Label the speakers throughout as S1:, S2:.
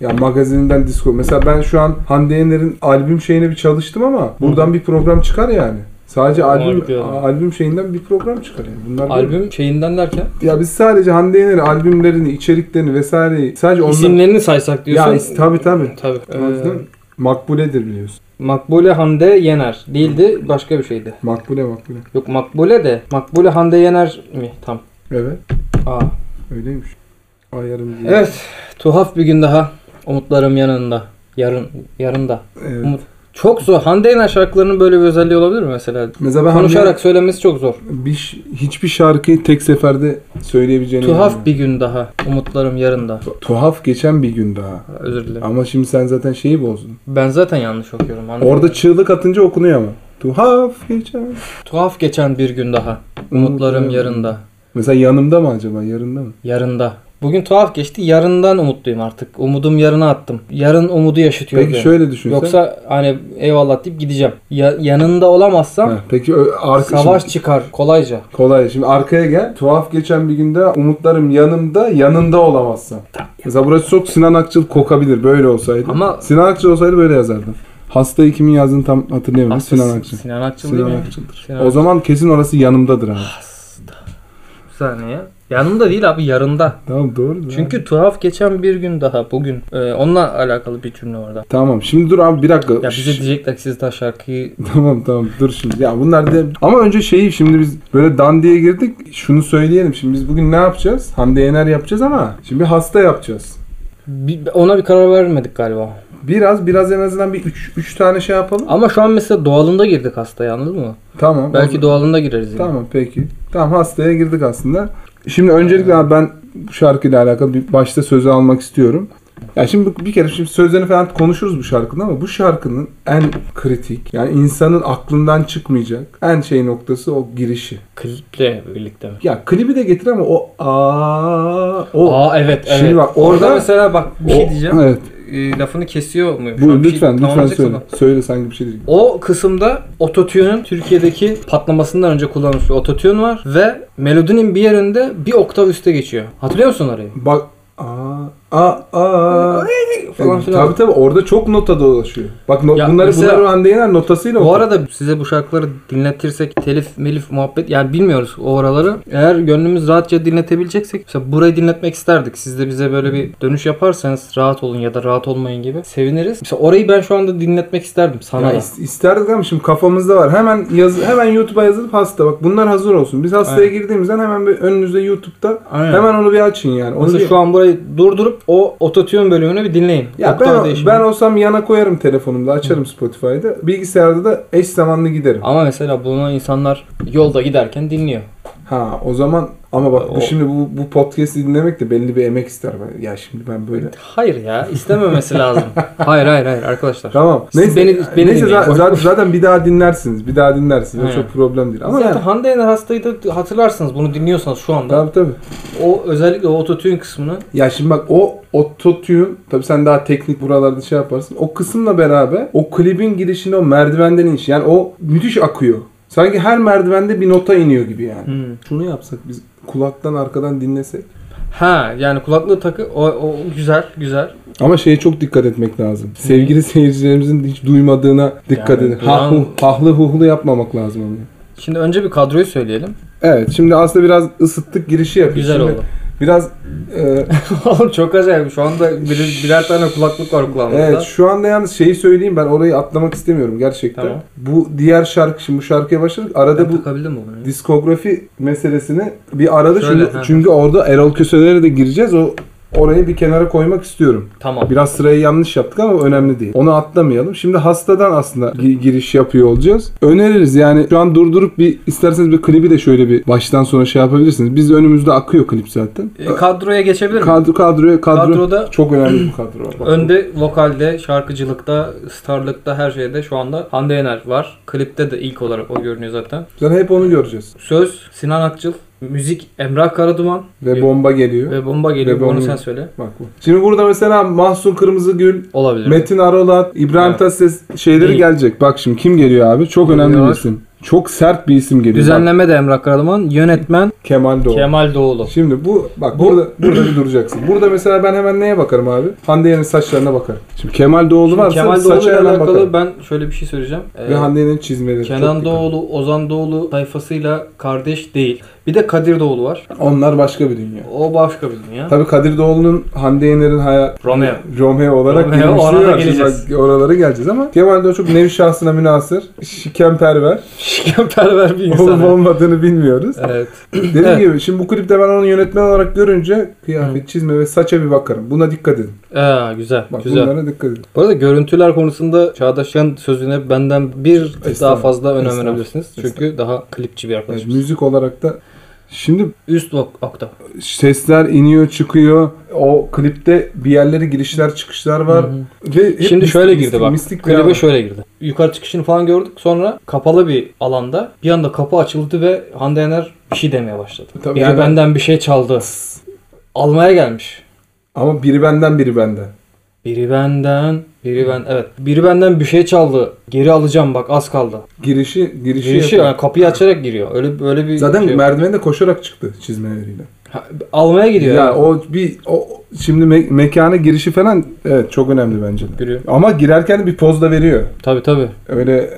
S1: Ya magazininden disco. Mesela ben şu an Hande Yener'in albüm şeyine bir çalıştım ama buradan bir program çıkar yani. Sadece albüm
S2: Harika.
S1: albüm şeyinden bir program çıkar yani. Bunlar
S2: Albüm şeyinden derken
S1: Ya biz sadece Hande Yener'in albümlerini, içeriklerini vesaireyi sadece ondan...
S2: isimlerini saysak diyorsun.
S1: Ya is- tabii tabii.
S2: Tabii.
S1: Anladın
S2: Ee,
S1: mı? Makbuledir biliyorsun.
S2: Makbule Hande Yener değildi başka bir şeydi.
S1: Makbule makbule.
S2: Yok Makbule de Makbule Hande Yener mi tam?
S1: Evet.
S2: Aa.
S1: Öyleymiş. Ayarım diye.
S2: Evet tuhaf bir gün daha umutlarım yanında. Yarın yarın da.
S1: Evet.
S2: Umut- Çok zor. Hande Yener şarkılarının böyle bir özelliği olabilir mi mesela?
S1: Mesela ben
S2: Konuşarak
S1: Hande-
S2: söylemesi çok zor.
S1: bir, ş- hiçbir şarkıyı tek seferde söyleyebileceğini
S2: Tuhaf
S1: inanmıyorum.
S2: bir gün daha umutlarım yarın da.
S1: Tu- tuhaf geçen bir gün daha.
S2: Özür dilerim.
S1: Ama şimdi sen zaten şeyi bozdun.
S2: Ben zaten yanlış okuyorum. Hande
S1: Orada
S2: Yener.
S1: çığlık atınca okunuyor ama. Tuhaf geçen.
S2: tuhaf geçen bir gün daha umutlarım yarın da.
S1: Mesela yanımda mı acaba? Yarında mı?
S2: Yarında. Bugün tuhaf geçti. Yarından umutluyum artık. Umudum yarına attım. Yarın umudu yaşatıyor.
S1: Peki
S2: beni.
S1: şöyle şey düşünsen.
S2: Yoksa hani eyvallah deyip gideceğim. Ya- yanında olamazsam
S1: Ha, peki ö- arka
S2: savaş
S1: şimdi-
S2: çıkar kolayca.
S1: kolay. Şimdi arkaya gel. Tuhaf geçen bir günde umutlarım yanımda, yanında olamazsam. Mesela burası çok Sinan Akçıl kokabilir böyle olsaydı.
S2: Ama-
S1: Sinan Akçıl olsaydı böyle yazardım. Hastayı kimin yazdığını tam hatırlayamadım.
S2: Aslında
S1: Sinan
S2: Sin-
S1: Akçıl.
S2: Sinan Akçıl Ah. değil
S1: Sinan
S2: mi?
S1: Akçıl'dır.
S2: Sinan
S1: O zaman kesin orası yanımdadır abi.
S2: Bir saniye. Yanımda değil abi yarında.
S1: Tamam doğru. da abi.
S2: Çünkü tuhaf geçen bir gün daha bugün. Ee, onunla alakalı bir cümle orada.
S1: Tamam şimdi dur abi bir dakika.
S2: Ya bize
S1: Şşş.
S2: diyecekler ki siz daha şarkıyı
S1: Tamam tamam dur şimdi. Ya bunlar de ama önce şeyi şimdi biz böyle dandiye girdik. Şunu söyleyelim. Şimdi biz bugün ne yapacağız? Hande Yener yapacağız ama şimdi bir hasta yapacağız.
S2: Bir- ona bir karar vermedik galiba.
S1: Biraz biraz en azından bir 3 tane şey yapalım.
S2: Ama şu an mesela doğalında girdik hastaya anladın mı?
S1: Tamam.
S2: Belki doğalında gireriz. yine.
S1: Tamam peki. Tamam hastaya girdik aslında. Şimdi öncelikle abi ben bu şarkıyla alakalı bir başta sözü almak istiyorum. Ya şimdi bu- bir kere şimdi sözlerini falan konuşuruz bu şarkının ama bu şarkının en kritik yani insanın aklından çıkmayacak en şey noktası o girişi.
S2: Kliple birlikte mi?
S1: Ya klibi de getir ama o aa o
S2: Aa evet evet.
S1: Şimdi bak, orada-
S2: mesela bak bir şey
S1: o-
S2: diyeceğim.
S1: Evet.
S2: Ee, lafını kesiyor muyum? Şu
S1: Bu
S2: an bir şey
S1: lütfen lütfen
S2: tamamlayacak
S1: söyle.
S2: mısın?
S1: Söyle sanki bir şey değil.
S2: O kısımda ototune'un Türkiye'deki patlamasından önce kullanılmış bir ototune var ve melodinin bir yerinde bir oktav üste geçiyor. Hatırlıyor musun orayı?
S1: Bak aa aa aa
S2: Falan
S1: Falan
S2: filan.
S1: Tabii tabii orada çok nota dolaşıyor. Bak no,
S2: Ya
S1: bunları
S2: mesela-
S1: bunlar Hande Yener notasıyla
S2: Bu
S1: okuyor.
S2: arada size bu şarkıları dinletirsek telif melif muhabbet yani bilmiyoruz o oraları. Eğer gönlümüz rahatça dinletebileceksek mesela burayı dinletmek isterdik. Siz de bize böyle bir dönüş yaparsanız rahat olun ya da rahat olmayın gibi seviniriz. Mesela orayı ben şu anda dinletmek isterdim sana.
S1: Ya
S2: da.
S1: is- isterdik ama şimdi kafamızda var. Hemen yaz hemen YouTube'a yazılıp hasta. Bak bunlar hazır olsun. Biz hastaya
S2: Aynen.
S1: girdiğimizden hemen bir önünüzde YouTube'da
S2: Aynen.
S1: hemen onu bir açın yani. Onu
S2: Mesela
S1: bir-
S2: şu an burayı durdurup o ototune bölümünü bir dinleyin.
S1: ya
S2: Oktav
S1: ben,
S2: değişimi.
S1: ben olsam yana koyarım telefonumda, açarım Spotify'da. Bilgisayarda da eş zamanlı giderim.
S2: Ama mesela bunu insanlar yolda giderken dinliyor.
S1: Ha o zaman ama bak bu
S2: O-
S1: şimdi bu bu podcast'i dinlemek de belli bir emek ister. Ben- Ya şimdi ben böyle.
S2: Hayır ya istememesi lazım. hayır hayır hayır arkadaşlar.
S1: Tamam.
S2: Siz beni- beni
S1: neyse
S2: dinleyin.
S1: za- za- zaten bir daha dinlersiniz. Bir daha dinlersiniz. O
S2: Aynen.
S1: çok problem değil. Ama
S2: Zaten
S1: yani-
S2: Hande Yener hastayı da hatırlarsınız bunu dinliyorsanız şu anda.
S1: Tabii tabii.
S2: O özellikle o ototune kısmını
S1: Ya şimdi bak o ototune tabii sen daha teknik buralarda şey yaparsın. O kısımla beraber o klibin girişinde o merdivenden iniş yani o müthiş akıyor. Sanki her merdivende bir nota iniyor gibi yani. Şunu yapsak biz kulaktan arkadan dinlesek.
S2: Ha yani kulaklığı takı o, o güzel güzel.
S1: Ama şeye çok dikkat etmek lazım. Sevgili seyircilerimizin hiç duymadığına dikkat
S2: Yani
S1: edin.
S2: duyan-
S1: Hahlı, hahlı huhlu yapmamak lazım onu.
S2: Şimdi önce bir kadroyu söyleyelim.
S1: Evet şimdi aslında biraz ısıttık girişi yapıyoruz.
S2: Güzel
S1: Şimdi
S2: oldu.
S1: Biraz e,
S2: Oğlum çok acayip. Şu anda bir, birer tane kulaklık var kulağımızda.
S1: Evet şu anda yalnız şeyi söyleyeyim ben orayı atlamak istemiyorum gerçekten.
S2: Tamam.
S1: Bu diğer şarkı şimdi bu şarkıya başladık. Arada
S2: Ben
S1: bu
S2: takabildin mi bunu?
S1: diskografi meselesini bir arada
S2: Şöyle,
S1: çünkü,
S2: ha.
S1: çünkü orada Erol Köse'lere de gireceğiz. O orayı bir kenara koymak istiyorum.
S2: Tamam.
S1: Biraz sırayı yanlış yaptık ama önemli değil. Onu atlamayalım. Şimdi hastadan aslında gi- giriş yapıyor olacağız. Öneririz yani şu an durdurup bir isterseniz bir klibi de şöyle bir baştan sona şey yapabilirsiniz. Biz önümüzde akıyor klip zaten.
S2: E, kadroya geçebilir miyim?
S1: Kadro kadro kadro
S2: Kadroda-
S1: çok önemli bu kadro. Bak,
S2: Önde vokalde, şarkıcılıkta, starlıkta her şeyde şu anda Hande Yener var. Klipte de ilk olarak o görünüyor zaten.
S1: Zaten hep onu göreceğiz.
S2: Söz Sinan Akçıl, müzik Emrah Karaduman
S1: Ve bomba geliyor.
S2: ve bomba geliyor.
S1: Ve bomba.
S2: Onu sen söyle.
S1: Bak bu. Şimdi burada mesela Mahsun Kırmızıgül,
S2: Olabilir.
S1: Metin Arolat, İbrahim
S2: Evet.
S1: Tatlıses şeyleri
S2: Değil.
S1: gelecek. Bak şimdi kim geliyor abi? Çok önemli
S2: Geliyor.
S1: bir isim. Çok sert bir isim geliyor. Bak,
S2: Düzenleme de Emrah Karaman. Yönetmen
S1: Kemal Doğulu.
S2: Kemal Doğulu.
S1: Şimdi bu bak burada burada bir duracaksın. Burada mesela ben hemen neye bakarım abi? Hande Yener'in saçlarına bakarım. Şimdi Kemal Doğulu
S2: Şimdi
S1: varsa
S2: Kemal Doğulu'yla
S1: saça hemen
S2: alakalı
S1: bakarım.
S2: ben şöyle bir şey söyleyeceğim. Ee,
S1: Ve Hande Yener'in çizmeleri.
S2: Kenan
S1: çok dikkat.
S2: Doğulu, Ozan Doğulu sayfasıyla kardeş değil. Bir de Kadir Doğulu var.
S1: Onlar başka bir dünya.
S2: O başka bir dünya.
S1: Tabii Kadir Doğulu'nun Hande Yener'in hayat
S2: Romeo.
S1: Romeo olarak
S2: Romeo,
S1: girmişliği
S2: orada
S1: var. Şimdi
S2: geleceğiz.
S1: bak Oralara geleceğiz ama Kemal Doğulu çok nevi şahsına münasır, şikemperver.
S2: Şikemperver bir insan.
S1: Olup olmadığını bilmiyoruz.
S2: Evet.
S1: Dediğim
S2: Evet.
S1: gibi şimdi bu klipte ben onu yönetmen olarak görünce kıyafet, çizme ve saça bir bakarım. Buna dikkat edin.
S2: Ee, güzel.
S1: Bak
S2: güzel.
S1: bunlara dikkat edin.
S2: Bu arada görüntüler konusunda Çağdaş'ın sözüne benden bir tık daha
S1: Estağfurullah.
S2: fazla önem
S1: Estağfurullah.
S2: verebilirsiniz. Çünkü daha klipçi bir
S1: Yani
S2: arkadaşımız.
S1: müzik olarak da şimdi
S2: Üst ok- oktav.
S1: sesler iniyor çıkıyor. O klipte bir yerlere girişler çıkışlar var.
S2: Hı hı.
S1: Ve hep
S2: Şimdi
S1: mistik,
S2: şöyle girdi
S1: mistik,
S2: bak.
S1: Mistik bir
S2: Klibe
S1: hava.
S2: şöyle girdi. Yukarı çıkışını falan gördük. Sonra kapalı bir alanda bir anda kapı açıldı ve Hande Yener bir şey demeye başladı.
S1: Tabii
S2: Biri
S1: yani-
S2: benden bir şey çaldı. Almaya gelmiş.
S1: Ama biri benden biri benden.
S2: Biri benden, biri ben evet. Biri benden bir şey çaldı. Geri alacağım bak az kaldı.
S1: Girişi girişi,
S2: Girişi
S1: şey yapıyor.
S2: yani kapıyı açarak giriyor. Öyle böyle bir
S1: Zaten
S2: şey-
S1: merdivene de koşarak çıktı çizmeleriyle.
S2: Ha, almaya gidiyor.
S1: Ya
S2: yani.
S1: o bir o şimdi me- mekana girişi falan evet çok önemli bence. de.
S2: Giriyor.
S1: Ama girerken de bir poz da veriyor.
S2: Tabii tabii.
S1: Öyle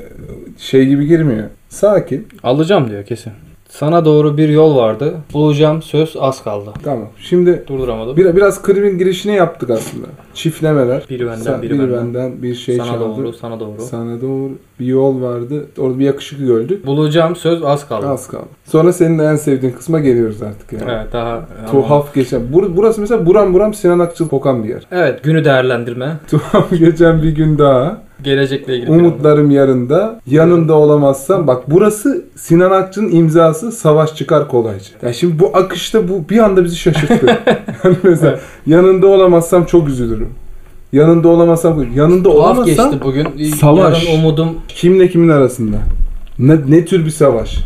S1: şey gibi girmiyor. Sakin.
S2: Alacağım diyor kesin. Sana doğru bir yol vardı. Bulacağım söz az kaldı.
S1: Tamam. Şimdi
S2: Durduramadım.
S1: bir, biraz klibin girişini yaptık aslında. Çiftlemeler.
S2: Biri benden,
S1: Sen-
S2: biri benden.
S1: bir şey
S2: sana
S1: çaldı.
S2: doğru, sana doğru.
S1: Sana doğru bir yol vardı. Orada bir yakışıklı gördük.
S2: Bulacağım söz az kaldı.
S1: Az kaldı. Sonra senin en sevdiğin kısma geliyoruz artık yani.
S2: Evet daha
S1: Tuhaf geçen. Bur- burası mesela buram buram Sinan Akçıl kokan bir yer.
S2: Evet günü değerlendirme.
S1: Tuhaf geçen bir gün daha.
S2: Gelecekle ilgili. planlar.
S1: Umutlarım yarında. Yanında olamazsam. Bak burası Sinan Akçıl'ın imzası savaş çıkar kolayca. Ya şimdi bu akışta bu bir anda bizi şaşırttı. yani mesela
S2: Evet.
S1: yanında olamazsam çok üzülürüm. Yanında olamazsam yanında
S2: Tuhaf
S1: olamazsam
S2: geçti bugün.
S1: savaş.
S2: Yarın umudum
S1: kimle kimin arasında? Ne, ne tür bir savaş?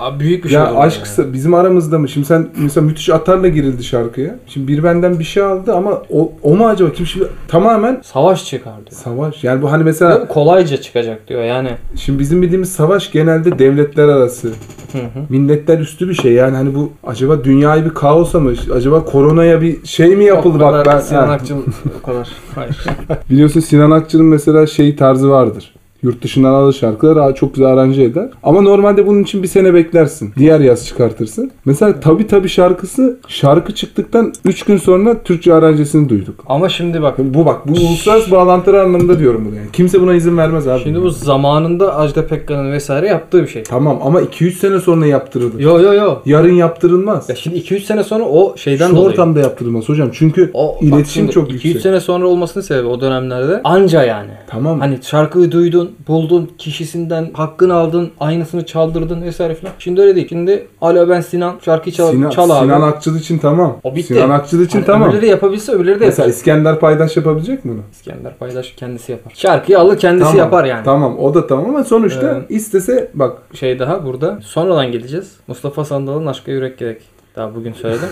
S2: Aa, büyük bir şey.
S1: Ya
S2: oldu
S1: aşk
S2: yani.
S1: kısa- bizim aramızda mı? Şimdi sen mesela müthiş atarla girildi şarkıya. Şimdi bir benden bir şey aldı ama o, o mu acaba? Kim şimdi tamamen
S2: Savaş çıkardı.
S1: savaş. Yani bu hani mesela
S2: Kolayca çıkacak diyor yani.
S1: şimdi bizim bildiğimiz savaş genelde devletler arası,
S2: Hı hı.
S1: milletler üstü bir şey. Yani hani bu acaba dünyayı bir kaosa mı? Acaba koronaya bir şey mi yapıldı?
S2: O kadar
S1: Bak ben
S2: Sinan
S1: ha.
S2: Akçıl o kadar. Hayır.
S1: biliyorsun Sinan Akçıl'ın mesela şey tarzı vardır. Yurt dışından alır şarkıları aa, çok güzel aranje eder. Ama normalde bunun için bir sene beklersin. Diğer yaz çıkartırsın. Mesela Tabi Tabi şarkısı şarkı çıktıktan 3 gün sonra Türkçe aranjesini duyduk.
S2: Ama şimdi bak.
S1: Bu bak bu uluslararası bağlantılar anlamında diyorum bunu yani. Kimse buna izin vermez abi.
S2: Şimdi bu zamanında Ajda Pekkan'ın vesaire yaptığı bir şey.
S1: Tamam ama 2-3 sene sonra yaptırılır.
S2: Yo yo yo.
S1: Yarın yaptırılmaz.
S2: Ya şimdi 2-3 sene sonra o şeyden
S1: Şu
S2: dolayı.
S1: ortamda yaptırılmaz hocam. Çünkü
S2: o, bak
S1: iletişim
S2: şimdi
S1: çok
S2: 2-3
S1: yüksek.
S2: sene sonra olmasının sebebi o dönemlerde anca yani.
S1: Tamam.
S2: Hani şarkıyı duydun, buldun, kişisinden hakkını aldın, aynısını çaldırdın vesaire filan. Şimdi öyle değil. Şimdi alo ben Sinan şarkıyı çal,
S1: Sinan,
S2: çal abi.
S1: Sinan Akçıl için tamam.
S2: O bitti.
S1: Sinan Akçıl için
S2: Hani
S1: tamam.
S2: Öbürleri yapabilse öbürleri de
S1: Mesela
S2: yapacak.
S1: İskender Paydaş yapabilecek mi bunu?
S2: İskender paylaş kendisi yapar. Şarkıyı alır kendisi
S1: Tamam,
S2: yapar yani.
S1: Tamam o da tamam ama sonuçta istese bak
S2: Şey daha burada. Sonradan geleceğiz. Mustafa Sandal'ın Aşka Yürek Gerek. Daha bugün söyledim.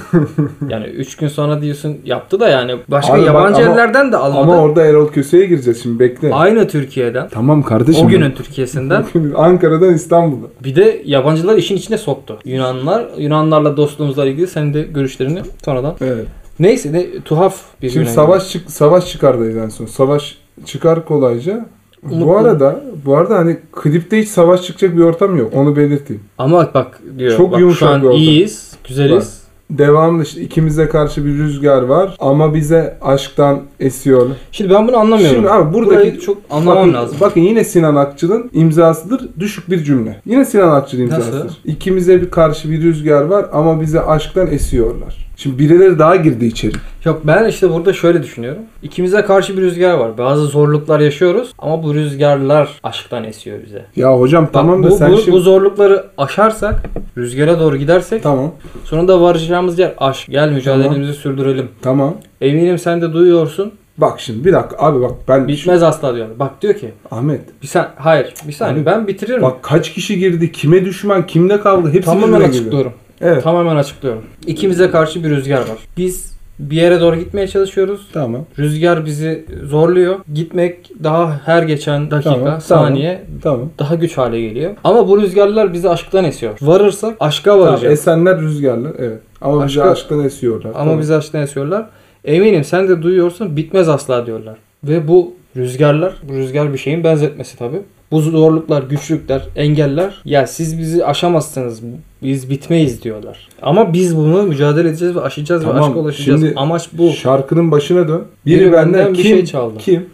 S2: yani 3 gün sonra diyorsun yaptı da yani başka
S1: Abi bak
S2: yabancı
S1: ama-
S2: yerlerden de almadı.
S1: ama orada Erol Köse'ye gireceğiz şimdi bekle.
S2: Aynı Türkiye'den.
S1: Tamam kardeşim.
S2: o günün Türkiye'sinden.
S1: Bugün Ankara'dan İstanbul'a.
S2: Bir de yabancılar işin içine soktu. Yunanlar, Yunanlarla dostluğumuzla ilgili senin de görüşlerini sonradan.
S1: Evet.
S2: Neyse ne tuhaf bir
S1: Şimdi
S2: güne
S1: savaş çık savaş çıkardayız en son. Savaş çıkar kolayca.
S2: Umutlu.
S1: Bu arada bu arada hani klipte hiç savaş çıkacak bir ortam yok. Onu belirteyim.
S2: gidiyor. Ama bak diyor.
S1: Çok
S2: bak,
S1: yumuşak
S2: şu an
S1: bir ortam.
S2: iyiyiz, güzeliz.
S1: Devamlı işte ikimize karşı bir rüzgar var ama bize aşktan esiyor.
S2: Şimdi ben bunu anlamıyorum.
S1: Şimdi abi buradaki-
S2: Burayı çok anlamam
S1: bakın,
S2: lazım.
S1: Bakın yine Sinan Akçıl'ın imzasıdır. Düşük bir cümle. Yine Sinan Akçıl'ın imzasıdır.
S2: Nasıl?
S1: İkimize bir karşı bir rüzgar var ama bize aşktan esiyorlar. Şimdi birileri daha girdi içeri.
S2: Yok ben işte burada şöyle düşünüyorum. İkimize karşı bir rüzgar var. Bazı zorluklar yaşıyoruz ama bu rüzgarlar aşktan esiyor bize. Bak,
S1: Ya hocam tamam da
S2: bu,
S1: sen
S2: bu,
S1: şimdi...
S2: bu zorlukları aşarsak, rüzgara doğru gidersek
S1: Tamam.
S2: sonunda varacağımız yer aşk. Gel mücadelemizi sürdürelim.
S1: Tamam.
S2: Eminim sen de duyuyorsun.
S1: Bak şimdi bir dakika abi bak ben...
S2: Bitmez asla diyor. Bak diyor ki
S1: Ahmet
S2: bir sen hayır bir saniye
S1: Abi,
S2: ben bitiririm.
S1: bak kaç kişi girdi, kime düşman, kimle kavga hepsi
S2: tamamen
S1: birbirine girdi.
S2: açıklıyorum.
S1: Evet.
S2: Tamamen açıklıyorum. İkimize karşı bir rüzgar var. Biz Bir yere doğru gitmeye çalışıyoruz.
S1: Tamam.
S2: Rüzgar bizi zorluyor. Gitmek daha her geçen dakika,
S1: Tamam, tamam.
S2: saniye
S1: Tamam.
S2: daha güç hale geliyor. Ama bu rüzgarlar bizi aşktan esiyor. Varırsak aşka
S1: Tamam,
S2: varacağız.
S1: esenler rüzgarlı. Evet. Ama bizi
S2: Aşka-
S1: aşktan esiyorlar.
S2: Ama
S1: Tamam.
S2: bizi aşktan esiyorlar. Eminim sen de duyuyorsun bitmez asla diyorlar. Ve bu rüzgarlar, bu rüzgar bir şeyin benzetmesi tabii. Bu zorluklar, güçlükler, engeller ya siz bizi aşamazsınız, biz bitmeyiz diyorlar. Ama biz bunu mücadele edeceğiz ve aşacağız ve
S1: Tamam,
S2: aşka ulaşacağız.
S1: şimdi
S2: Amaç bu.
S1: Şarkının başına dön. Biri,
S2: Biri
S1: benden,
S2: benden bir
S1: kim?
S2: şey çaldı.
S1: Kim?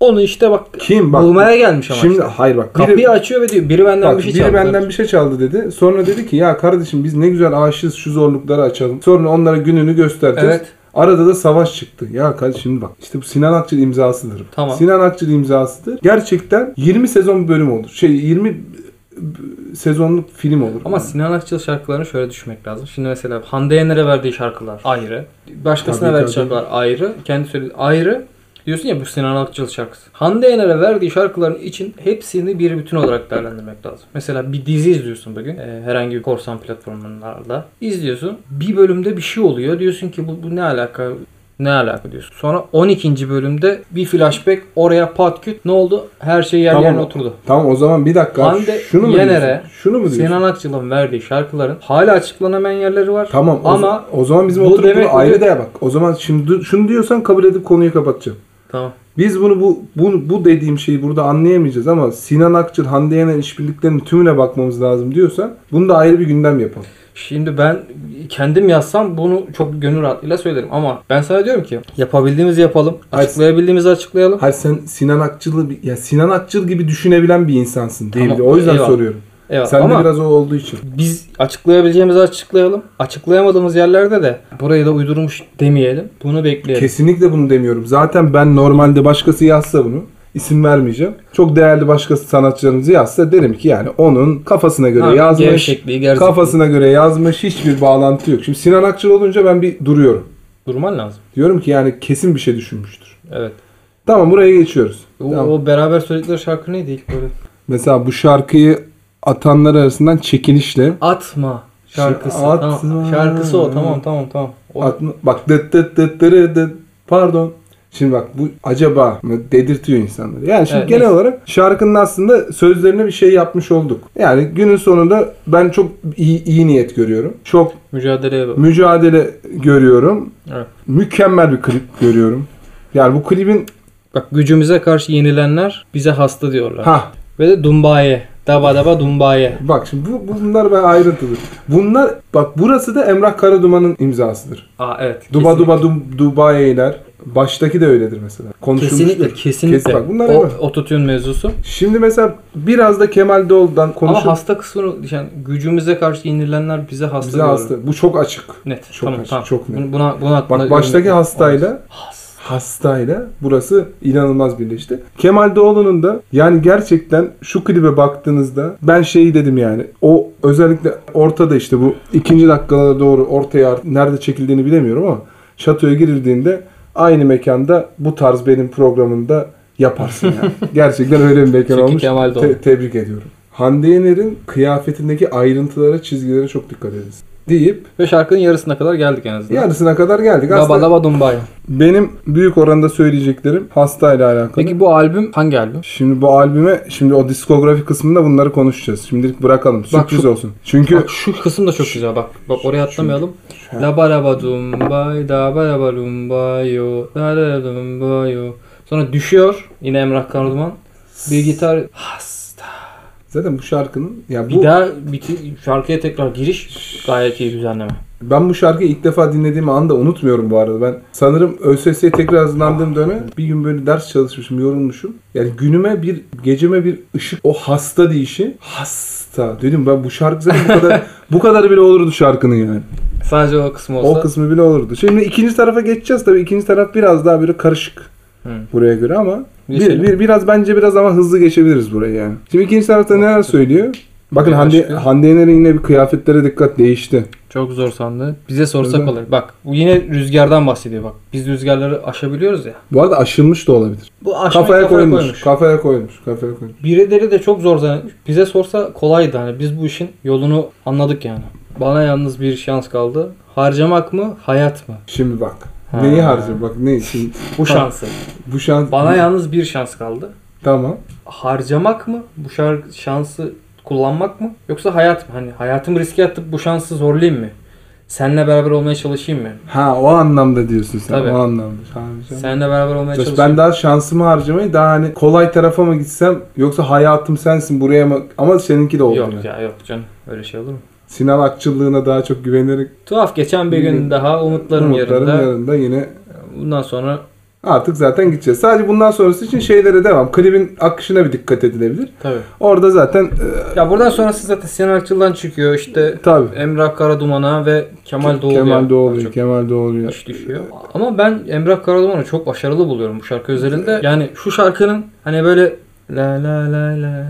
S2: Onu işte bak,
S1: Kim? Bak.
S2: bulmaya gelmiş ama.
S1: şimdi
S2: işte.
S1: hayır bak.
S2: Kapıyı
S1: biri-
S2: açıyor ve diyor biri benden
S1: Bak,
S2: bir şey
S1: biri
S2: çaldı.
S1: benden bir şey çaldı dedi. Sonra dedi ki ya kardeşim biz ne güzel aşığız şu zorlukları açalım. Sonra onlara gününü göstereceğiz.
S2: Evet.
S1: Arada da savaş çıktı. Ya kardeşim şimdi bak işte bu Sinan Akçıl imzasıdır.
S2: Tamam.
S1: Sinan Akçıl imzasıdır. Gerçekten 20 sezon bir bölüm olur. Şey 20 b- sezonluk film olur.
S2: Ama Sinan Akçıl şarkılarını şöyle düşünmek lazım. Şimdi mesela Hande Yener'e verdiği şarkılar ayrı. Başkasına
S1: Tabii,
S2: verdiği
S1: tabii.
S2: şarkılar ayrı. Kendi söylediği ayrı. Diyorsun ya bu Sinan Akçıl şarkısı. Hande Yener'e verdiği şarkıların için hepsini bir bütün olarak değerlendirmek lazım. Mesela bir dizi izliyorsun bugün. e, herhangi bir korsan platformlarında. izliyorsun. Bir bölümde bir şey oluyor. Diyorsun ki bu, bu ne alaka? Ne alaka diyorsun. Sonra 12. bölümde bir flashback oraya pat küt ne oldu? Her şey yer
S1: Tamam.
S2: yerine oturdu.
S1: Tamam o zaman bir dakika.
S2: Hande
S1: şunu mu
S2: Yener'e,
S1: diyorsun? Şunu mu diyorsun?
S2: Sinan Akçıl'ın verdiği şarkıların hala açıklanamayan yerleri var.
S1: Tamam o,
S2: Ama
S1: ama o zaman bizim
S2: bu
S1: oturup
S2: demek
S1: bunu ayrı
S2: oluyor-
S1: da ya bak. O zaman şimdi şunu diyorsan kabul edip konuyu kapatacağım.
S2: Tamam.
S1: Biz bunu bu, bu bu dediğim şeyi burada anlayamayacağız ama Sinan Akçıl, Hande Yener işbirliklerinin tümüne bakmamız lazım diyorsan bunu da ayrı bir gündem yapalım.
S2: Şimdi ben kendim yazsam bunu çok gönül rahatlığıyla söylerim ama ben sana diyorum ki yapabildiğimizi yapalım.
S1: Hayır.
S2: Açıklayabildiğimizi açıklayalım.
S1: Hayır sen Sinan Akçıl'ı bir- ya Sinan Akçıl gibi düşünebilen bir insansın değil
S2: Tamam,
S1: mi? O yüzden
S2: eyvallah.
S1: soruyorum.
S2: Evet
S1: sen de
S2: ama
S1: biraz o olduğu için.
S2: biz açıklayabileceğimizi açıklayalım. Açıklayamadığımız yerlerde de burayı da uydurmuş demeyelim. Bunu bekleyelim.
S1: Kesinlikle bunu demiyorum. Zaten ben normalde başkası yazsa bunu isim vermeyeceğim. Çok değerli başkası sanatçılarımızı yazsa derim ki yani onun kafasına göre
S2: Ha,
S1: yazmış.
S2: Gevşekliği, gerçekliği.
S1: Kafasına göre yazmış hiçbir bağlantı yok. Şimdi Sinan Akçıl olunca ben bir duruyorum.
S2: Durman lazım.
S1: Diyorum ki yani kesin bir şey düşünmüştür.
S2: Evet.
S1: Tamam buraya geçiyoruz.
S2: O,
S1: Tamam.
S2: o beraber söyledikleri şarkı neydi ilk böyle?
S1: Mesela bu şarkıyı atanlar arasından çekinişle
S2: Atma şarkısı.
S1: Atma.
S2: Tamam. Şarkısı o. Tamam tamam tamam. O,
S1: Atma- bak dıt dıt dıt dırı dıt. Pardon. Şimdi bak bu acaba mı dedirtiyor insanları. Yani şimdi
S2: Evet,
S1: genel
S2: neyse.
S1: olarak şarkının aslında sözlerine bir şey yapmış olduk. Yani günün sonunda ben çok iyi, iyi niyet görüyorum. Çok
S2: mücadeleye bak.
S1: mücadele görüyorum.
S2: Evet.
S1: Mükemmel bir klip görüyorum. Yani bu klibin
S2: Bak gücümüze karşı yenilenler bize hasta diyorlar.
S1: ha
S2: Ve de dumbaye. Daba daba dumbaye.
S1: bak şimdi bu, bunlar ben ayrıntılı. Bunlar bak burası da Emrah Karaduman'ın imzasıdır.
S2: Aa evet.
S1: Duba duba dum, Dubai'ler. Baştaki de öyledir mesela. Konuşulmuştur.
S2: Kesinlikle kesinlikle.
S1: Kesin bak, bunlar
S2: o,
S1: değil mi?
S2: ototune mevzusu.
S1: Şimdi mesela biraz da Kemal Doğulu'dan
S2: Ama
S1: konuşup
S2: hasta kısmını yani gücümüze karşı yenilenler bize hasta
S1: bize
S2: diyorlar.
S1: hasta. Bu çok açık.
S2: Net.
S1: Çok
S2: tamam
S1: açık,
S2: tamam.
S1: çok net.
S2: Bunu- Buna,
S1: Bak
S2: buna, buna
S1: baştaki
S2: yorum-
S1: hastayla
S2: Has-
S1: hastayla burası inanılmaz birleşti. Kemal Doğulu'nun da yani gerçekten şu klibe baktığınızda ben şeyi dedim yani o özellikle ortada işte bu ikinci dakikalara doğru ortaya artık nerede çekildiğini bilemiyorum ama şatoya girildiğinde aynı mekanda bu tarz benim programında yaparsın yani. gerçekten öyle bir mekan
S2: Çünkü
S1: olmuş.
S2: Kemal Doğulu.
S1: Te- tebrik ediyorum. Hande Yener'in kıyafetindeki ayrıntılara, çizgilere çok dikkat ediniz. Deyip
S2: Ve şarkının yarısına kadar geldik en azından.
S1: yarısına kadar geldik.
S2: Daba
S1: Aslında
S2: daba dumbaye.
S1: benim büyük oranda söyleyeceklerim hastayla alakalı.
S2: Peki bu albüm hangi albüm?
S1: Şimdi bu albüme şimdi o diskografi kısmında bunları konuşacağız. Şimdilik bırakalım. Sürpriz
S2: şu-
S1: olsun. Çünkü
S2: Bak şu kısım da çok güzel bak. Bak oraya atlamayalım.
S1: Şu-
S2: La ba la ba dum bay da ba la ba dum bay yo da la la dum bay yo. Sonra düşüyor yine Emrah Karaduman. Bir gitar hasta.
S1: zaten bu şarkının ya
S2: Bir
S1: bu
S2: daha biti, şarkıya tekrar giriş gayet iyi düzenleme.
S1: ben bu şarkıyı ilk defa dinlediğim anda unutmuyorum bu arada. Ben sanırım ÖSS'ye tekrar hazırlandığım dönem bir gün böyle ders çalışmışım, yorulmuşum. Yani günüme bir geceme bir ışık o hasta deyişi hasta dedim ben bu şarkı zaten bu kadar bu kadar bile olurdu şarkının yani.
S2: Sadece o kısmı olsa.
S1: O kısmı bile olurdu. Şimdi ikinci tarafa geçeceğiz tabii. ikinci taraf biraz daha böyle karışık.
S2: Hı. şey-
S1: Buraya göre ama bir,
S2: Geçelim.
S1: bir, biraz bence biraz ama hızlı geçebiliriz buraya yani. Şimdi ikinci tarafta neler söylüyor? Bakın
S2: Başka?
S1: Hande, Hande Yener'in yine bir kıyafetlere dikkat değişti.
S2: Çok zor sandı. Bize sorsak
S1: Öyle.
S2: olur. Bak bu yine rüzgardan bahsediyor bak. Biz rüzgarları aşabiliyoruz ya.
S1: Bu arada aşılmış da olabilir.
S2: Bu aşmayı
S1: Kafaya, koymuş, Kafaya koymuş. Kafaya koymuş.
S2: Birileri de çok zor zannetmiş. Bize sorsa kolaydı hani biz bu işin yolunu anladık yani. Bana yalnız bir şans kaldı. Harcamak mı? Hayat mı?
S1: Şimdi bak.
S2: Ha.
S1: Neyi harcıyor? Bak ne şimdi
S2: Bu şansı.
S1: bu şans
S2: Bana yalnız bir şans kaldı.
S1: tamam.
S2: Harcamak mı? Bu şar- şansı kullanmak mı? Yoksa hayat mı? Hani hayatımı riske atıp bu şansı zorlayayım mı? Seninle beraber olmaya çalışayım mı?
S1: Ha o anlamda diyorsun sen.
S2: Tabii.
S1: O anlamda. Harcam.
S2: Seninle beraber olmaya
S1: Just
S2: çalışayım.
S1: ben daha şansımı harcamayı daha hani kolay tarafa mı gitsem yoksa hayatım sensin buraya mı ama seninki de oldu.
S2: Yok
S1: yani.
S2: ya yok canım. Öyle şey olur mu?
S1: Sinan Akçıllığına daha çok güvenerek
S2: Tuhaf geçen bir gün
S1: Bilmiyorum.
S2: daha umutlarım,
S1: umutlarım
S2: yerinde.
S1: yanında yine
S2: Bundan sonra
S1: artık zaten gideceğiz. Sadece bundan sonrası için şeylere devam. Klibin akışına bir dikkat edilebilir.
S2: tabii.
S1: Orada zaten e,
S2: Ya buradan sonrası zaten Sinan Akçıl'dan çıkıyor. İşte
S1: tabii
S2: Emrah Karaduman'a ve Kemal Doğulu'ya.
S1: Kemal
S2: daha
S1: Doğulu'ya,
S2: çok Şey,
S1: Kemal Doğulu'ya.
S2: iş düşüyor. Ama ben Emrah Karaduman'ı çok başarılı buluyorum bu şarkı üzerinde. Yani şu şarkının hani böyle la la la la.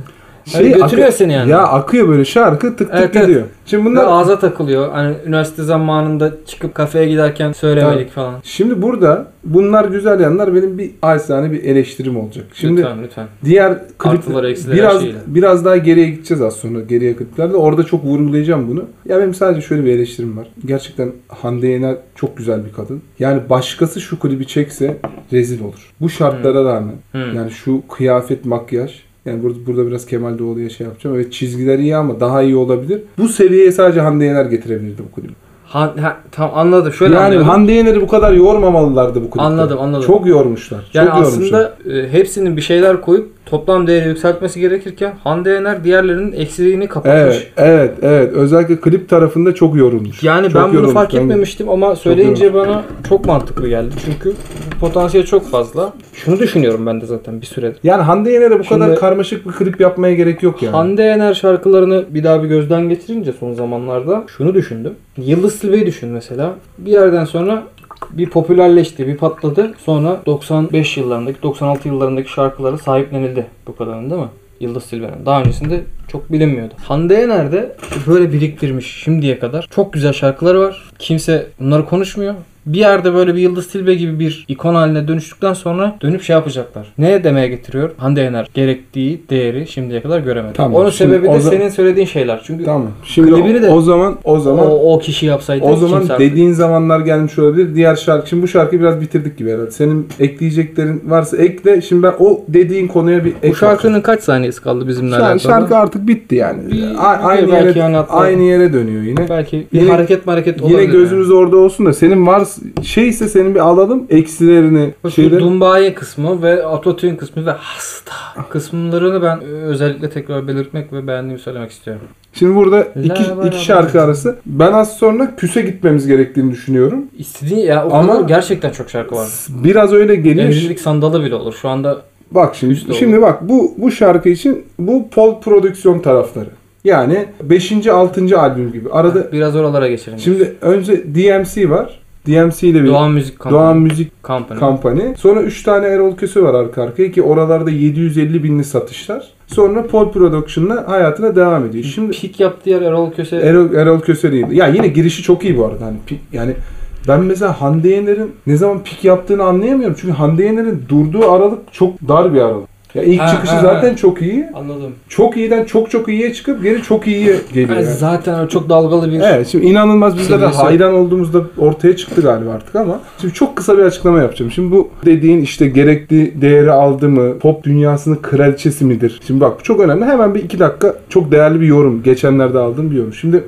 S2: Hani götürüyor
S1: Şey, akı-
S2: seni yani.
S1: Ya akıyor böyle şarkı tık tık
S2: Evet, evet.
S1: gidiyor. Şimdi
S2: Ve
S1: bunlar
S2: ağza takılıyor. Hani üniversite zamanında çıkıp kafeye giderken söylemedik falan.
S1: Şimdi burada bunlar güzel yanlar benim bir acizane bir eleştirim olacak. Şimdi
S2: lütfen lütfen.
S1: Diğer
S2: Artıları,
S1: klip
S2: eksileri, her
S1: biraz
S2: şeyiyle.
S1: biraz daha geriye gideceğiz az sonra geriye kliplerde. Orada çok vurgulayacağım bunu. Ya benim sadece şöyle bir eleştirim var. Gerçekten Hande Yener çok güzel bir kadın. Yani başkası şu klibi çekse rezil olur. Bu şartlara rağmen
S2: Hı.
S1: yani şu kıyafet, makyaj yani burada, burada biraz Kemal Doğulu'ya şey yapacağım. Evet çizgiler iyi ama daha iyi olabilir. Bu seviyeye sadece Hande Yener getirebilirdi bu klibi.
S2: Han- ha- tam anladım. Şöyle
S1: yani
S2: anlıyorum.
S1: Hande Yener'i bu kadar yormamalılardı bu klipte.
S2: Anladım, anladım.
S1: Çok yormuşlar.
S2: Yani
S1: çok yormuşlar.
S2: aslında e, hepsinin bir şeyler koyup toplam değeri yükseltmesi gerekirken Hande Yener diğerlerinin eksiliğini kapatmış.
S1: Evet, evet, evet. Özellikle klip tarafında çok yorulmuş.
S2: Yani
S1: Çok
S2: ben bunu
S1: yorulmuş,
S2: fark
S1: ben-
S2: etmemiştim ama söyleyince bana çok mantıklı geldi. Çünkü bu potansiyel çok fazla. Şunu düşünüyorum ben de zaten bir süredir.
S1: Yani Hande Yener'e bu
S2: Şimdi-
S1: kadar karmaşık bir klip yapmaya gerek yok yani.
S2: Hande Yener şarkılarını bir daha bir gözden geçirince son zamanlarda şunu düşündüm. Yıldız Silve'yi düşün mesela. Bir yerden sonra bir popülerleşti, bir patladı. Sonra 95 yıllarındaki, 96 yıllarındaki şarkıları sahiplenildi bu kadarın değil mi? Yıldız Silve'nin. Daha öncesinde çok bilinmiyordu. Hande Yener de böyle biriktirmiş şimdiye kadar. Çok güzel şarkıları var. Kimse bunları konuşmuyor. Bir yerde böyle bir Yıldız Tilbe gibi bir ikon haline dönüştükten sonra dönüp şey yapacaklar. Ne demeye getiriyor? Hande Yener gerektiği değeri şimdiye kadar göremedi.
S1: Tamam,
S2: Onun
S1: şimdi
S2: sebebi de
S1: o za-
S2: senin söylediğin şeyler. Çünkü
S1: Tamam. Şimdi
S2: Klibini de-
S1: o, o zaman o zaman o,
S2: o, o kişi yapsaydı
S1: zaman
S2: kimse artık-
S1: dediğin zamanlar gelmiş olabilir. Diğer şarkı şimdi bu şarkıyı biraz bitirdik gibi herhalde. Senin ekleyeceklerin varsa ekle. Şimdi ben o dediğin konuya bir ek
S2: bu şarkının kaç saniyesi kaldı bizimle
S1: bakacağım. Şar-
S2: alakalı?
S1: şarkı artık bitti yani.
S2: Bir-
S1: A-
S2: bir
S1: aynı
S2: belki
S1: yere
S2: yani hatta-
S1: aynı yere dönüyor yine.
S2: Belki bir
S1: Yine-
S2: hareket hareket olabilir.
S1: Yine
S2: yani.
S1: gözümüz orada olsun da senin var şeyse senin bir alalım eksilerini.
S2: Bu
S1: şeyleri-
S2: Dumbaye kısmı ve Autotune kısmı ve hasta kısımlarını ben e, özellikle tekrar belirtmek ve beğendiğimi söylemek istiyorum.
S1: Şimdi burada
S2: La
S1: iki,
S2: la la
S1: iki
S2: la.
S1: şarkı arası. Ben az sonra küse gitmemiz gerektiğini düşünüyorum.
S2: İstediğin ya o
S1: Ama-
S2: kadar gerçekten çok şarkı var.
S1: Biraz öyle geliyor.
S2: Evlilik sandalı bile olur. Şu anda
S1: Bak şimdi
S2: Üst de
S1: şimdi bak bu bu şarkı için bu Pol prodüksiyon tarafları. Yani 5. 6. albüm gibi. Arada
S2: biraz oralara geçelim.
S1: şimdi önce DMC var. DMC ile bir
S2: Doğan Müzik Kampı.
S1: Doğan Müzik
S2: Kampı.
S1: Company. Sonra 3 tane Erol Köse var arka arkaya ki oralarda 750 binli satışlar. Sonra Pol Production'la hayatına devam ediyor. Şimdi
S2: Pik yaptığı yer Erol Köse.
S1: Erol, Erol Köse değil. Ya yine girişi çok iyi bu arada. Hani pik, yani ben mesela Hande Yener'in ne zaman pik yaptığını anlayamıyorum. Çünkü Hande Yener'in durduğu aralık çok dar bir aralık. Ya ilk
S2: Ha,
S1: çıkışı
S2: ha,
S1: zaten
S2: ha.
S1: çok iyi.
S2: Anladım.
S1: Çok iyiden çok çok iyiye çıkıp geri çok iyiye geliyor.
S2: Yani
S1: yani.
S2: zaten öyle çok dalgalı bir
S1: Evet şimdi inanılmaz biz de
S2: Sevgili sor-
S1: hayran olduğumuzda ortaya çıktı galiba artık ama şimdi çok kısa bir açıklama yapacağım. Şimdi bu dediğin işte gerekli değeri aldı mı? Pop dünyasının kraliçesi midir? Şimdi bak bu çok önemli. Hemen bir iki dakika çok değerli bir yorum. Geçenlerde aldığım bir yorum. Şimdi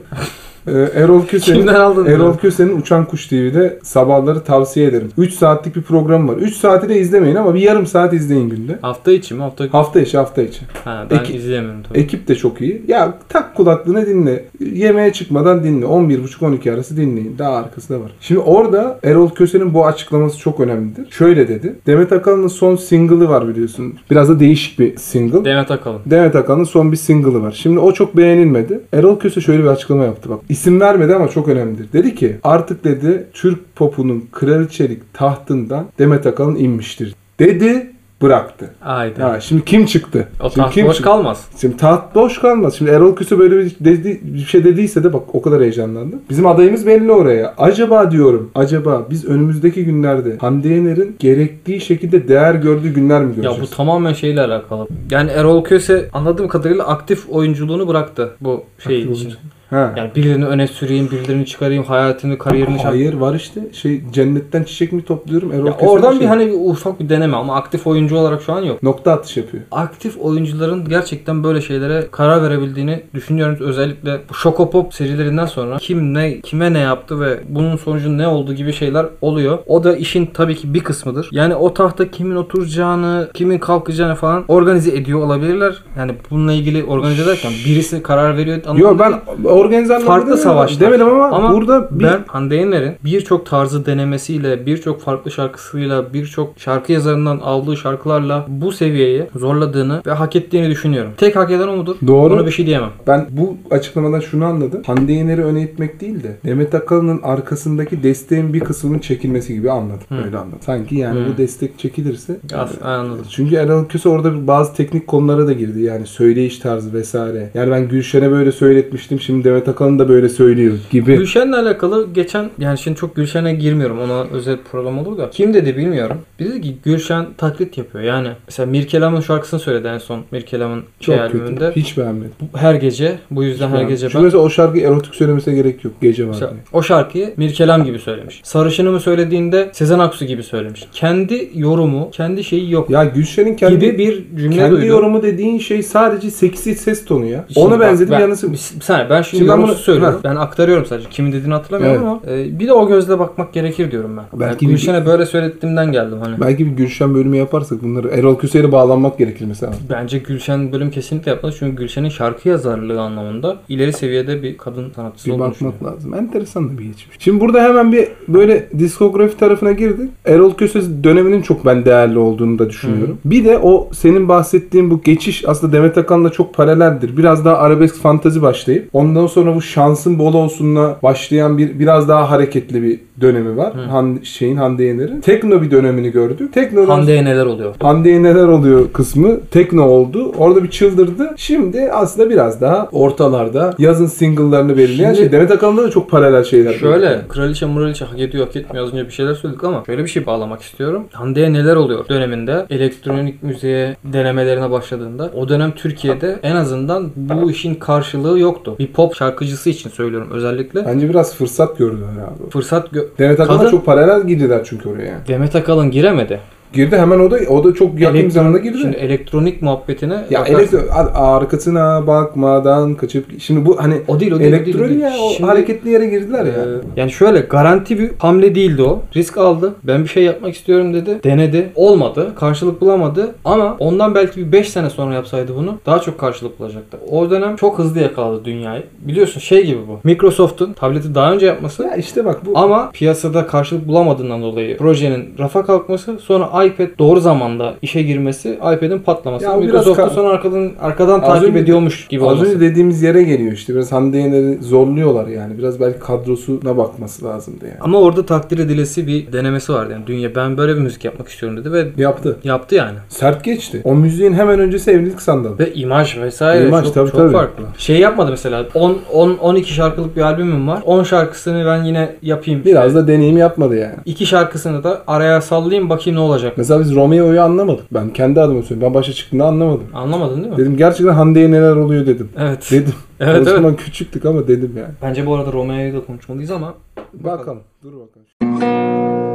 S1: e, Erol Köse'nin
S2: Kimden aldın bunu?
S1: Erol Köse'nin Uçan Kuş TV'de sabahları tavsiye ederim. 3 saatlik bir program var. 3 saati de izlemeyin ama bir yarım saat izleyin günde.
S2: Hafta içi mi? Hafta
S1: Hafta içi hafta içi.
S2: Ha, ben
S1: Eki-
S2: izleyemiyorum tabii.
S1: Ekip de çok iyi. Ya tak kulaklığını dinle. Yemeğe çıkmadan dinle. 11.30-12 arası dinleyin. Daha arkası da var. Şimdi orada Erol Köse'nin bu açıklaması çok önemlidir. Şöyle dedi. Demet Akalın'ın son single'ı var biliyorsun. Biraz da değişik bir single.
S2: Demet Akalın.
S1: Demet Akalın'ın son bir single'ı var. Şimdi o çok beğenilmedi. Erol Köse şöyle bir açıklama yaptı bak. İsim vermedi ama çok önemlidir. Dedi ki artık dedi Türk popunun kraliçelik tahtından Demet Akalın inmiştir. Dedi bıraktı.
S2: Haydi.
S1: Ha, şimdi kim çıktı?
S2: O
S1: Şimdi
S2: taht
S1: kim
S2: boş
S1: çıktı?
S2: kalmaz.
S1: Şimdi taht boş kalmaz. Şimdi Erol Köse böyle bir, dedi, bir şey dediyse de bak o kadar heyecanlandım. Bizim adayımız belli oraya. Acaba diyorum, acaba biz önümüzdeki günlerde Hande Yener'in gerektiği şekilde değer gördüğü günler mi göreceğiz?
S2: Ya bu tamamen şeyle alakalı. Yani Erol Köse anladığım kadarıyla aktif oyunculuğunu bıraktı bu şey
S1: Aktif
S2: için.
S1: oyuncu. Ha.
S2: Yani birilerini öne süreyim, birilerini çıkarayım, hayatını, kariyerini şart-
S1: Hayır var işte şey cennetten çiçek mi topluyorum Erol
S2: Ya
S1: Köse'nin
S2: oradan bir
S1: şeyi.
S2: hani bir ufak bir deneme ama aktif oyuncu olarak şu an yok.
S1: nokta atış yapıyor.
S2: Aktif oyuncuların gerçekten böyle şeylere karar verebildiğini düşünüyorum. Özellikle bu Şokopop serilerinden sonra kim ne kime ne yaptı ve bunun sonucu ne oldu gibi şeyler oluyor. O da işin tabii ki bir kısmıdır. Yani o tahta kimin oturacağını, kimin kalkacağını falan organize ediyor olabilirler. Yani bununla ilgili organize ederken birisi karar veriyor. anlamında
S1: Yo ben
S2: değil.
S1: organize anlamda
S2: Farklı
S1: demedim-
S2: savaşlar.
S1: demedim ama,
S2: Ama
S1: burada bir
S2: ben Hande Yener'in birçok tarzı denemesiyle, birçok farklı şarkısıyla, birçok şarkı yazarından aldığı şarkılarla bu seviyeyi zorladığını ve hak ettiğini düşünüyorum. Tek hak eden o mudur?
S1: Doğru.
S2: Ona bir şey diyemem.
S1: Ben bu açıklamadan şunu anladım. Hande Yener'i öne itmek değil de Demet Akalın'ın arkasındaki desteğin bir kısmının çekilmesi gibi anladım.
S2: Hı.
S1: Öyle anladım. Sanki yani
S2: Hı.
S1: bu destek çekilirse.
S2: As- anladım.
S1: Çünkü Erol Köse orada bir- bazı teknik konulara da girdi. Yani söyleyiş tarzı vesaire. Yani ben Gülşen'e böyle söyletmiştim. Şimdi Demet Akalın da böyle söylüyor gibi.
S2: Gülşen'le alakalı geçen yani şimdi çok Gülşen'e girmiyorum ona özel program olur da kim dedi bilmiyorum. Bir dedi ki Gülşen taklit yapıyor yani mesela Mirkelam'ın şarkısını söyledi en son Mirkelam'ın
S1: Çok
S2: şey
S1: kötü.
S2: albümünde.
S1: Hiç beğenmedim.
S2: Bu- Her gece bu yüzden her
S1: Beğenmedim.
S2: gece
S1: Çünkü mesela o şarkı erotik söylemesine gerek yok. Gece var.
S2: Mesela
S1: diye.
S2: o şarkıyı Mirkelam gibi söylemiş. Sarışını mı söylediğinde Sezen Aksu gibi söylemiş. Kendi yorumu, kendi şeyi yok.
S1: Ya Gülşen'in kendi,
S2: gibi bir cümle
S1: kendi
S2: duydum.
S1: yorumu dediğin şey sadece seksi ses tonu ya.
S2: Şimdi
S1: Ona
S2: bak,
S1: benzedim
S2: ben-
S1: yanısı.
S2: Bir saniye ben şimdi,
S1: Şimdi ben
S2: yorumsuz
S1: bunu-
S2: söylüyorum. Ben aktarıyorum sadece. Kimin dediğini hatırlamıyorum ama e, bir de o gözle bakmak gerekir diyorum ben.
S1: Belki
S2: Belki
S1: bir-
S2: Gülşen'e böyle söylettiğimden geldim hani.
S1: Belki bir Gülşen bölümü yaparsak bunları Erol Köse'yle bağlanmak gerekir mesela.
S2: Bence Gülşen bölüm kesinlikle yapmaz çünkü Gülşen'in şarkı yazarlığı anlamında ileri seviyede bir kadın sanatçısı
S1: Bir
S2: olduğunu
S1: bakmak
S2: düşünüyorum.
S1: lazım. Enteresan da bir geçmiş. Şimdi burada hemen bir böyle diskografi tarafına girdik. Erol Köse döneminin çok ben değerli olduğunu da düşünüyorum. Bir de o senin bahsettiğin bu geçiş aslında Demet Akalın'la çok paraleldir. Biraz daha arabesk fantazi başlayıp ondan sonra bu şansın bol olsunla başlayan bir biraz daha hareketli bir dönemi var. Han, şeyin Hande Yener'in. Tekno bir dönemini gördük. Tekno'dan
S2: Hande'ye neler oluyor?
S1: Hande'ye neler oluyor kısmı tekno oldu. Orada bir çıldırdı. Şimdi aslında biraz daha ortalarda yazın single'larını belirleyen
S2: Şimdi-
S1: şey. Demet Akalın'da da çok paralel şeyler.
S2: Şöyle kraliçe muraliçe hak ediyor hak etmiyor az önce bir şeyler söyledik ama şöyle bir şey bağlamak istiyorum. Hande'ye neler oluyor döneminde elektronik müziğe denemelerine başladığında o dönem Türkiye'de en azından bu işin karşılığı yoktu. Bir pop şarkıcısı için söylüyorum özellikle.
S1: Bence biraz fırsat gördüler abi.
S2: Fırsat gö-
S1: Demet Akalın'la
S2: Kadın-
S1: çok paralel girdiler çünkü oraya yani.
S2: Demet Akalın giremedi.
S1: Girdi hemen o da o da çok yakın
S2: Elektro-
S1: zamanda girdi.
S2: Şimdi elektronik muhabbetine
S1: ya
S2: bakarsın.
S1: elektro ar- arkasına bakmadan kaçıp şimdi bu hani
S2: o değil o değil. o değil, o
S1: elektron
S2: değil.
S1: ya o
S2: Şimdi-
S1: hareketli yere girdiler ya.
S2: Ee, Yani şöyle garanti bir hamle değildi o. Risk aldı. Ben bir şey yapmak istiyorum dedi. Denedi. Olmadı. Karşılık bulamadı. Ama ondan belki bir 5 sene sonra yapsaydı bunu daha çok karşılık bulacaktı. O dönem çok hızlı yakaladı dünyayı. Biliyorsun şey gibi bu. Microsoft'un tableti daha önce yapması
S1: ya işte bak bu
S2: ama piyasada karşılık bulamadığından dolayı projenin rafa kalkması, sonra iPad doğru zamanda işe girmesi, iPad'in patlaması,
S1: Ya o biraz
S2: Microsoft'un
S1: ka-
S2: sonra arkadan arkadan
S1: Az
S2: takip
S1: önce-
S2: ediyormuş gibi
S1: Az
S2: olması.
S1: önce dediğimiz yere geliyor işte. Biraz Hande Yener'i zorluyorlar yani. Biraz belki kadrosuna bakması lazımdı yani.
S2: Ama orada takdir edilesi bir denemesi vardı. Yani dünya ben böyle bir müzik yapmak istiyorum dedi ve
S1: Yaptı.
S2: yaptı yani.
S1: Sert geçti. O müziğin hemen öncesi evlilik sandalı.
S2: Ve imaj vesaire
S1: İmaj,
S2: çok,
S1: tabii,
S2: çok
S1: tabii.
S2: farklı. Şey yapmadı mesela 10 10 12 şarkılık bir albümüm var. 10 şarkısını ben yine yapayım.
S1: Biraz da deneyim yapmadı yani.
S2: iki şarkısını da araya sallayayım bakayım ne olacak.
S1: Mesela biz Romeo'yu anlamadık. Ben kendi adıma söylüyorum. Ben başa çıktığında anlamadım.
S2: Anlamadın değil mi?
S1: Dedim gerçekten Hande'ye neler oluyor dedim.
S2: Evet.
S1: Dedim.
S2: evet
S1: o
S2: evet.
S1: zaman küçüktük ama dedim yani.
S2: Bence bu arada Romeo'yu da konuşmalıyız ama
S1: Bakalım. Dur bakalım.